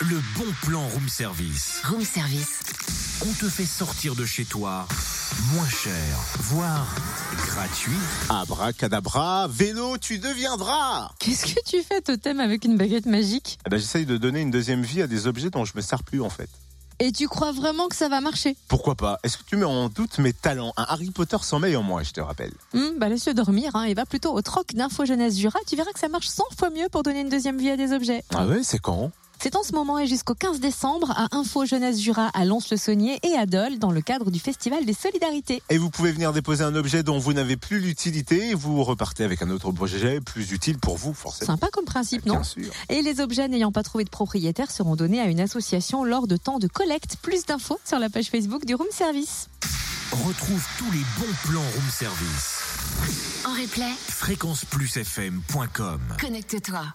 Le bon plan room service. Room service. On te fait sortir de chez toi moins cher, voire gratuit. Abracadabra, vélo, tu deviendras Qu'est-ce que tu fais totem avec une baguette magique eh ben, J'essaye de donner une deuxième vie à des objets dont je me sers plus en fait. Et tu crois vraiment que ça va marcher Pourquoi pas Est-ce que tu mets en doute mes talents Un Harry Potter sommeille en moi, je te rappelle. Hum, Bah laisse-le dormir hein, et va plutôt au troc d'Info Jeunesse Jura, tu verras que ça marche 100 fois mieux pour donner une deuxième vie à des objets. Ah ouais, c'est quand C'est en ce moment et jusqu'au 15 décembre à Info Jeunesse Jura à Lons-le-Saunier et à Dole dans le cadre du Festival des Solidarités. Et vous pouvez venir déposer un objet dont vous n'avez plus l'utilité et vous repartez avec un autre objet plus utile pour vous, forcément. Sympa comme principe, non Bien sûr. Et les objets n'ayant pas trouvé de propriétaire seront donnés à une association lors de temps de collecte. Plus d'infos sur la page Facebook du Room Service. Retrouve tous les bons plans room service. En replay, Fréquenceplusfm.com connecte-toi.